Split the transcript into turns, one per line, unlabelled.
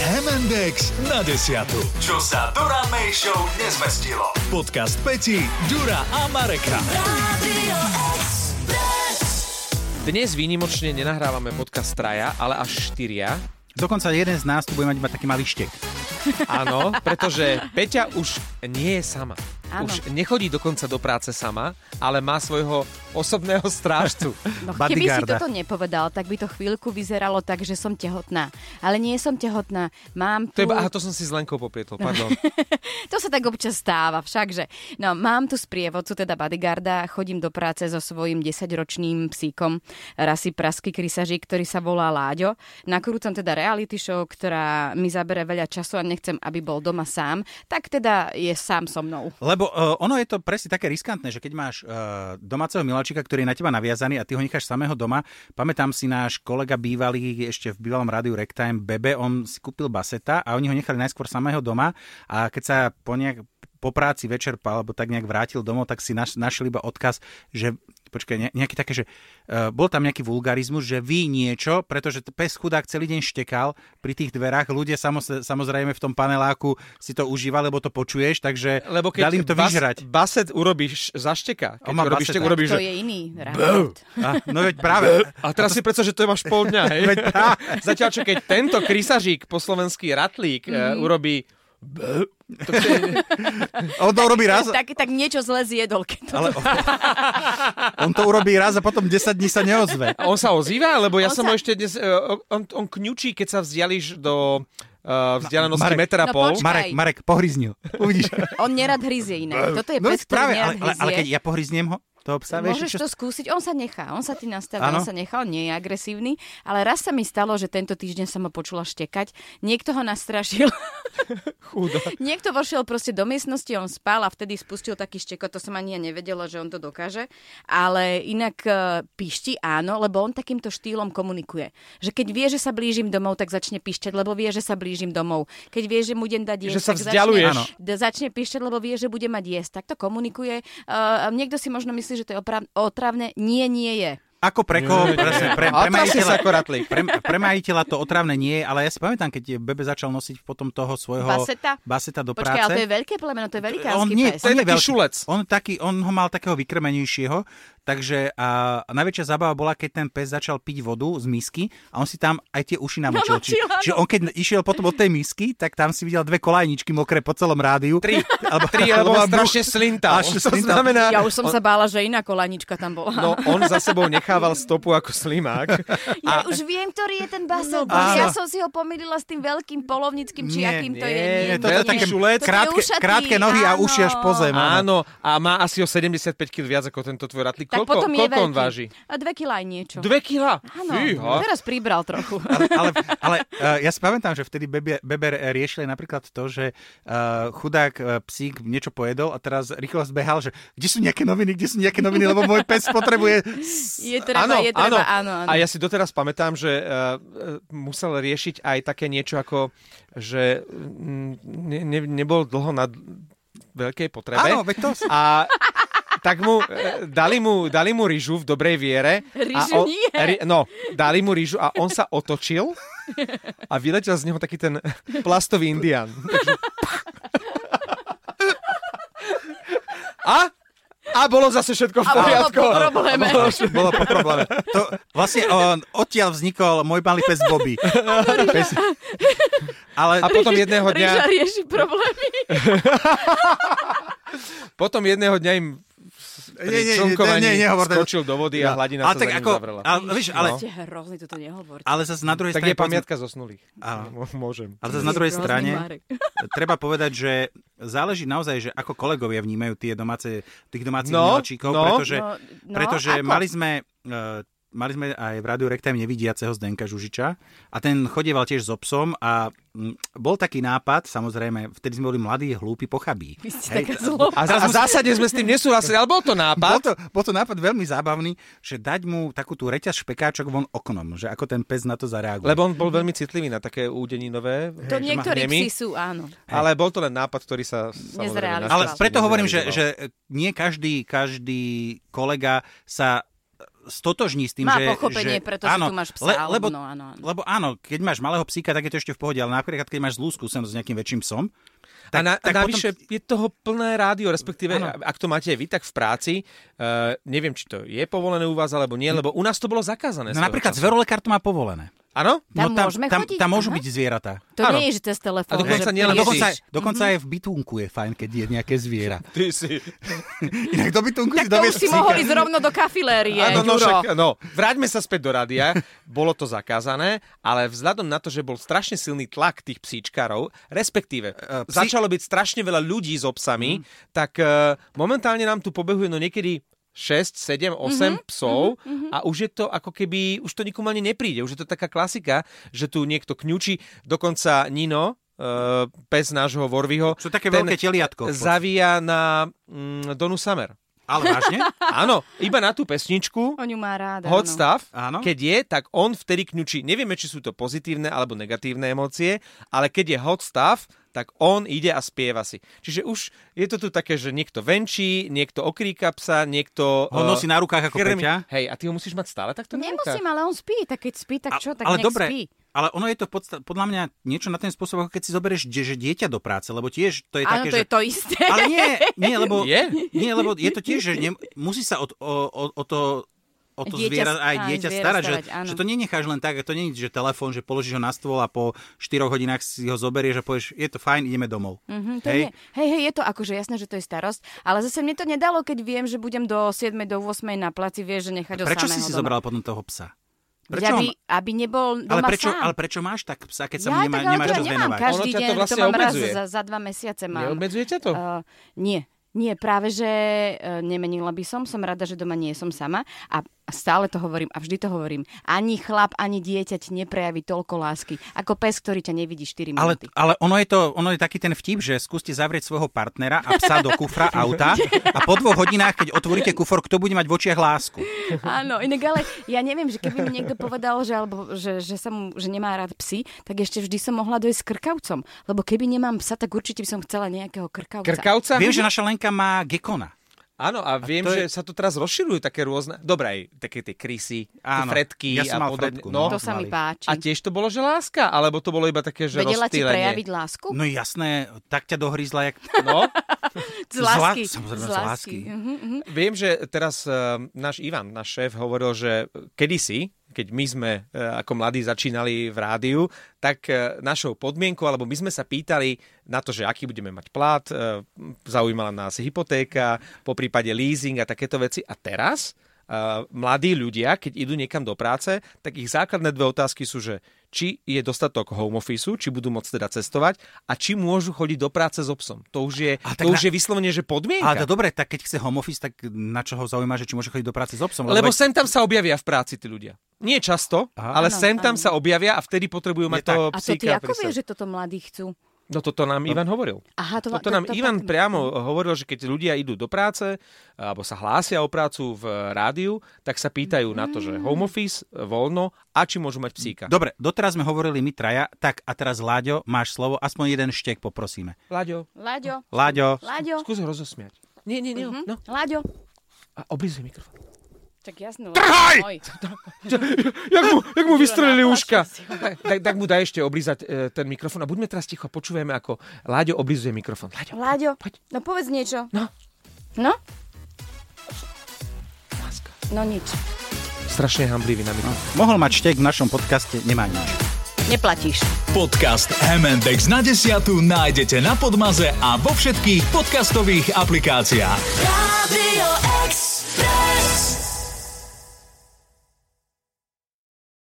Index na desiatu. Čo sa Dura May Show nezmestilo. Podcast Peti, Dura a Mareka.
Dnes výnimočne nenahrávame podcast traja, ale až štyria.
Dokonca jeden z nás tu bude mať iba taký malý štek.
Áno, pretože Peťa už nie je sama.
Áno.
Už nechodí dokonca do práce sama, ale má svojho osobného strážcu.
No, keby si
Bodyguarda.
toto nepovedal, tak by to chvíľku vyzeralo tak, že som tehotná. Ale nie som tehotná. Mám
To
tu...
je, iba- aha, to som si s Lenkou poprietol, pardon.
to sa tak občas stáva, všakže. No, mám tu sprievodcu, teda bodyguarda, chodím do práce so svojím 10-ročným psíkom, rasy prasky krysažík, ktorý sa volá Láďo. Nakrúcam teda reality show, ktorá mi zabere veľa času a nechcem, aby bol doma sám, tak teda je sám so mnou.
Lebo uh, ono je to presne také riskantné, že keď máš uh, domáceho miláčika, ktorý je na teba naviazaný a ty ho necháš samého doma, pamätám si náš kolega bývalý ešte v bývalom rádiu Rectime, Bebe, on si kúpil baseta a oni ho nechali najskôr samého doma a keď sa po nejak po práci večer pa- alebo tak nejak vrátil domov, tak si naš, našli iba odkaz, že počkaj, ne, nejaký také, že uh, bol tam nejaký vulgarizmus, že vy niečo, pretože t- pes chudák celý deň štekal pri tých dverách, ľudia samos, samozrejme v tom paneláku si to užívali, lebo to počuješ, takže
Lebo keď
Dali im to
bas-
vyžrať.
baset urobíš, zašteka. Keď
On má
urobíš, tak
baseta.
urobíš,
To
že...
je iný rád.
A, no veď práve.
A teraz si predstav, že to je máš pol dňa, hej? Zatiaľ, čo keď tento krysažík po slovenský ratlík
Mhm.
mm-hmm. urobí
On to urobí raz,
Tak, tak niečo zle zjedol, keď to
ale on to urobí raz a potom 10 dní sa neozve.
A on sa ozýva? Lebo ja
On
som
sa-
ho ešte dnes... e, On, on kňučí, keď sa vzdialíš do uh, vzdialenosti
Marek.
metra
No
pol.
počkaj.
Marek, Marek, pohryznil. Uvidíš.
On nerad hryzie inak. Toto je
No veď
pes, ktorý
práve, ale,
nerad
ale, ale
hryzie.
keď ja pohryzniem ho, to psa, vieš,
Môžeš
čo...
to skúsiť, on sa nechá, on sa ti nastaví,
Áno.
on sa nechá, on nie je agresívny, ale raz sa mi stalo, že tento týždeň som ho počula štekať, niekto ho nastrašil,
Chudo.
niekto vošiel proste do miestnosti, on spal a vtedy spustil taký šteko, to som ani ja nevedela, že on to dokáže, ale inak e, pišti áno, lebo on takýmto štýlom komunikuje, že keď vie, že sa blížim domov, tak začne pišťať, lebo vie, že sa blížim domov, keď vie, že mu idem dať jesť,
Že sa
tak
vzdialuješ.
Začne, d- začne píšťať, lebo vie, že bude mať jesť. Takto komunikuje. Uh, niekto si možno myslí, že to je oprav- otravné. Nie, nie je.
Ako pre koho,
Nie, nie, nie.
presne, pre,
A
pre,
trasie
majiteľa,
sa ako ratlík.
pre, pre majiteľa to otravné nie je, ale ja si pamätám, keď Bebe začal nosiť potom toho svojho
Baseta?
baseta do
Počkaj, ale
práce.
to je veľké plemeno, to je
on
velikánsky
nie,
pes.
To je
on je
taký
veľký.
šulec.
On, taký, on ho mal takého vykrmenejšieho, takže a, a najväčšia zábava bola, keď ten pes začal piť vodu z misky a on si tam aj tie uši namočil.
Namočil,
Či-
áno.
Čiže on keď išiel potom od tej misky, tak tam si videl dve kolajničky mokré po celom rádiu. Tri, alebo,
Tri, lebo má
mal bruch.
strašne slintal.
Až
On- To
slintal.
znamená...
Ja už som
on,
sa bála, že iná kolanička tam bola.
No, on za sebou nechával stopu ako slimák.
Ja už viem, ktorý je ten
No,
basen.
áno.
ja som si ho pomýlila s tým veľkým polovnickým, či
Nie,
akým to
nie,
je.
nie, to je taký šulec.
To je
Krátke-
ušatý,
krátke nohy a
áno.
uši až po zem.
Áno, a má asi o 75 kg viac ako tento tvoj ratlík.
Tak
koľko
potom je
koľko on
veľký.
váži?
A dve kila aj niečo.
Dve kila?
Áno,
Fíha.
teraz pribral trochu.
ale, ale, ale uh, ja si pamätám, že vtedy Bebe, Beber eh, riešili napríklad to, že uh, chudák uh, psík niečo pojedol a teraz rýchlo zbehal, že kde sú nejaké noviny, kde sú nejaké noviny, lebo môj pes potrebuje...
Je treba, je treba, áno, áno.
A ja si doteraz pamätám, že uh, musel riešiť aj také niečo ako, že mm, ne, ne, nebol dlho na d- veľkej potrebe.
Áno, veď to...
A tak mu, eh, dali mu, dali mu rýžu v dobrej viere.
Rýžu
a on,
nie.
ri- no, dali mu rýžu a on sa otočil a vyletel z neho taký ten plastový indian. Takže... A? A bolo zase všetko v
A bolo
poriadku.
po probléme.
A bolo-
Bolo po probléme. To, vlastne on, odtiaľ vznikol môj malý pes Bobby. Pes, ale
A potom jedného dňa...
Ríža rieši problémy.
Potom jedného dňa im
Nie, nie,
pri
nie,
slnkovaní
nie, nehovor to.
skočil do vody a hladina
No, ale
sa
tak
za ním
ako,
zavrela.
ale, No, víš, ale,
No.
Ste hrozný, toto nehovorte.
ale zase na druhej
tak
strane...
je pamiatka zosnulých.
Áno.
M- Môžem.
Ale zase na
Ste
druhej
hrozný,
strane...
Marek.
treba povedať, že záleží naozaj, že ako kolegovia vnímajú tie domáce, tých domácich
No,
miláčikov,
no.
pretože,
No, no,
pretože
ako?
mali sme... Uh, Mali sme aj v rádiu Rektajm nevidiaceho Zdenka Žužiča a ten chodieval tiež so psom a mm, bol taký nápad, samozrejme, vtedy sme boli mladí, hlúpi, pochabí.
Vy ste taká zlobá.
A, a v zásade sme s tým nesúhlasili, ale bol to
Bol
nápad.
to, bol to nápad veľmi zábavný, že dať mu takú tú reťaz špekáčok von oknom, že ako ten pes na to zareaguje.
Lebo on bol veľmi citlivý na také údeninové. že ma
To niektorí
hnemi.
psi sú, áno.
Ale bol to len nápad, ktorý sa samozrejme
Nezrealizoval.
Ale
Stále.
preto hovorím, že, že nie každý, každý kolega sa stotožní s tým,
Má
že... že,
pochopenie, pretože tu máš psa,
lebo,
áno, no, áno, áno.
lebo áno, keď máš malého psíka, tak je to ešte v pohode, ale napríklad, keď máš zlú skúsenosť s nejakým väčším psom,
Tak, a na,
tak
tak navyše potom... je toho plné rádio, respektíve
Áno.
ano. ak to máte vy, tak v práci, uh, neviem, či to je povolené u vás alebo nie, lebo u nás to bolo zakázané.
Hm. No napríklad zverolekár to má povolené.
Áno?
Tam
no, tam,
môžeme
tam,
chodiť?
tam môžu
Aha.
byť zvieratá.
To
Áno.
nie je, že cez telefón.
A dokonca
že
nielen-
prídeš-
Dokonca,
Ježiš.
dokonca
Mhm.
aj v bytunku je fajn, keď je nejaké zviera.
Ty si...
Inak do bytunku
Tak
si
to už
dovieš
si
psíka.
mohol ísť rovno do kafilérie,
Áno, no,
Ďuro.
však, no, vráťme sa späť do rádia. Bolo to zakázané, ale vzhľadom na to, že bol strašne silný tlak tých psíčkarov, respektíve uh,
E, psi- Mhm.
psi... začalo byť strašne veľa ľudí s obsami, mm. tak uh, momentálne nám tu pobehuje no niekedy 6, 7, 8
Mhm,
mm-hmm, psov mm-hmm. a už je to ako keby, už to nikomu ani nepríde. Už je to taká klasika, že tu niekto kňučí, dokonca Nino, uh, pes nášho Vorviho,
Sú také
ten
veľké teliatko. v podstate.
zavíja na mm, Donu Summer.
Ale vážne?
Áno, iba na tú pesničku.
eh,
On ju má ráda.
Hot
áno.
stuff,
Áno.
keď je, tak on vtedy kňučí. Nevieme, či sú to pozitívne alebo negatívne emócie, ale keď je hot stuff, tak on ide a spieva si. Čiže už je to tu také, že niekto venčí, niekto okríka psa, niekto...
Ho
eh,
nosí na rukách ako
krmi.
Peťa.
Hej, a ty ho musíš mať stále takto na
Nemusím,
rukách?
ale on spí, tak keď spí, tak čo, tak
ale
nech
dobre,
spí.
ale ono je to podsta- podľa mňa niečo na ten spôsob, ako keď si zoberieš die- že dieťa do práce, lebo tiež to je
Áno,
také,
to
že...
je to isté.
Ale nie, nie, lebo,
Je?
nie, lebo je to tiež, že ne, musí sa o, o, o, o to o to
Dieťa-
zviera, aj
aj
dieťa
zviera
starať, že,
starať, áno.
že to nenecháš len tak, to nie je, že telefón, že položíš ho na stôl a po 4 hodinách si ho zoberieš a povieš, je to fajn, ideme domov.
Mhm, to hej. Nie. hej, hej, je to akože jasné, že to je starosť, ale zase mne to nedalo, keď viem, že budem do 7. do 8. na placi, vieš, že nechať ho
Prečo
samého
si si
doma.
zobral potom toho psa?
Veď
Prečo
aby,
ho-
aby nebol
ale,
doma
prečo,
sám.
ale prečo máš tak psa, keď sa
ja,
mu nemá,
tak, ale
nemáš
to
čo
ja nemám
zvenovať?
každý
Ono ťa
deň,
to vlastne
mám
obmedzuje.
raz za, za dva mesiace. Mám.
Neobmedzuje ťa to?
Uh, nie, nie, práve že uh, nemenila by som, som rada, že doma nie som sama a stále to hovorím a vždy to hovorím. Ani chlap, ani dieťa ti neprejaví toľko lásky, ako pes, ktorý ťa nevidí 4
Ale,
minúty.
ale ono, je to, ono je taký ten vtip, že skúste zavrieť svojho partnera a psa do kufra auta a po dvoch hodinách, keď otvoríte kufor, kto bude mať v očiach lásku?
Áno, inak ale ja neviem, že keby mi niekto povedal, že, alebo, že, že, sa mu, že nemá rád psy, tak ešte vždy som mohla dojsť s krkavcom. Lebo keby nemám psa, tak určite by som chcela nejakého krkavca.
Krkavca?
Viem, že naša Lenka má gekona.
Áno, a viem,
to
a je...
je-
že sa tu teraz rozširujú také rôzne... Dobre, aj také tie krysy, tie
Áno,
fretky
ja
a
som mal
podobne.
fretku, no.
to sa
Mali.
mi páči.
A tiež to bolo, že láska? Alebo to bolo iba také, že
Vedela ti
rozptýlenie?
prejaviť lásku?
No jasné, tak ťa dohryzla, jak...
No,
z lásky.
zla- samozrejme, z lásky.
Mhm, mhm.
Viem, že teraz uh, náš Ivan, náš šéf, hovoril, že kedysi, keď my sme uh, ako mladí začínali v rádiu, tak uh, našou podmienkou, alebo my sme sa pýtali na to, že aký budeme mať plat, uh, zaujímala nás hypotéka, po prípade leasing a takéto veci. A teraz uh, mladí ľudia, keď idú niekam do práce, tak ich základné dve otázky sú, že či je dostatok home office, či budú môcť teda cestovať a či môžu chodiť do práce s obsom. To už je,
A tak
to už
na-
je vyslovene, že podmienka.
Ale to dobre, tak keď chce home office, tak na čo ho zaujíma, že či môže chodiť do práce s obsom?
Lebo sem tam sa objavia v práci tí ľudia. Nie často, Aha,
Aha.
ale
Áno,
sem tam
áno.
sa objavia a vtedy potrebujú mať
Je tak.
toho
A to ty
psíka.
ako
pri
vieš,
sebe.
že toto mladí chcú?
No toto nám Ivan hovoril.
Aha, to,
Toto nám
to, to,
Ivan priamo hovoril, že keď ľudia idú do práce alebo sa hlásia o prácu v rádiu, tak sa pýtajú na to, že
Mm.
home office, voľno a či môžu mať psíka.
Dobre, doteraz sme hovorili my traja, tak a teraz Láďo, máš slovo, aspoň jeden štek poprosíme.
Láďo,
Láďo,
Láďo,
Láďo,
skús ho rozosmiať. Nie, nie, nie.
mhm,
No,
Láďo.
a oblizuj mikrofón.
Tak jasno. Trhaj!
Jak mu, jak mu vystrelili uška?
natlačil si
Tak, tak, tak mu daj ešte oblízať e, ten mikrofón a buďme teraz ticho, počúvame, ako Láďo oblizuje mikrofón. Láďo,
Láďo,
poď,
no povedz niečo.
No.
No?
láska.
No nič.
strašne hamblivý na mikrofón.
mohol mať štek v našom podcaste, nemá nič.
Neplatíš.
Podcast MNDX na desiatu nájdete na Podmaze a vo všetkých podcastových aplikáciách.
Radio X.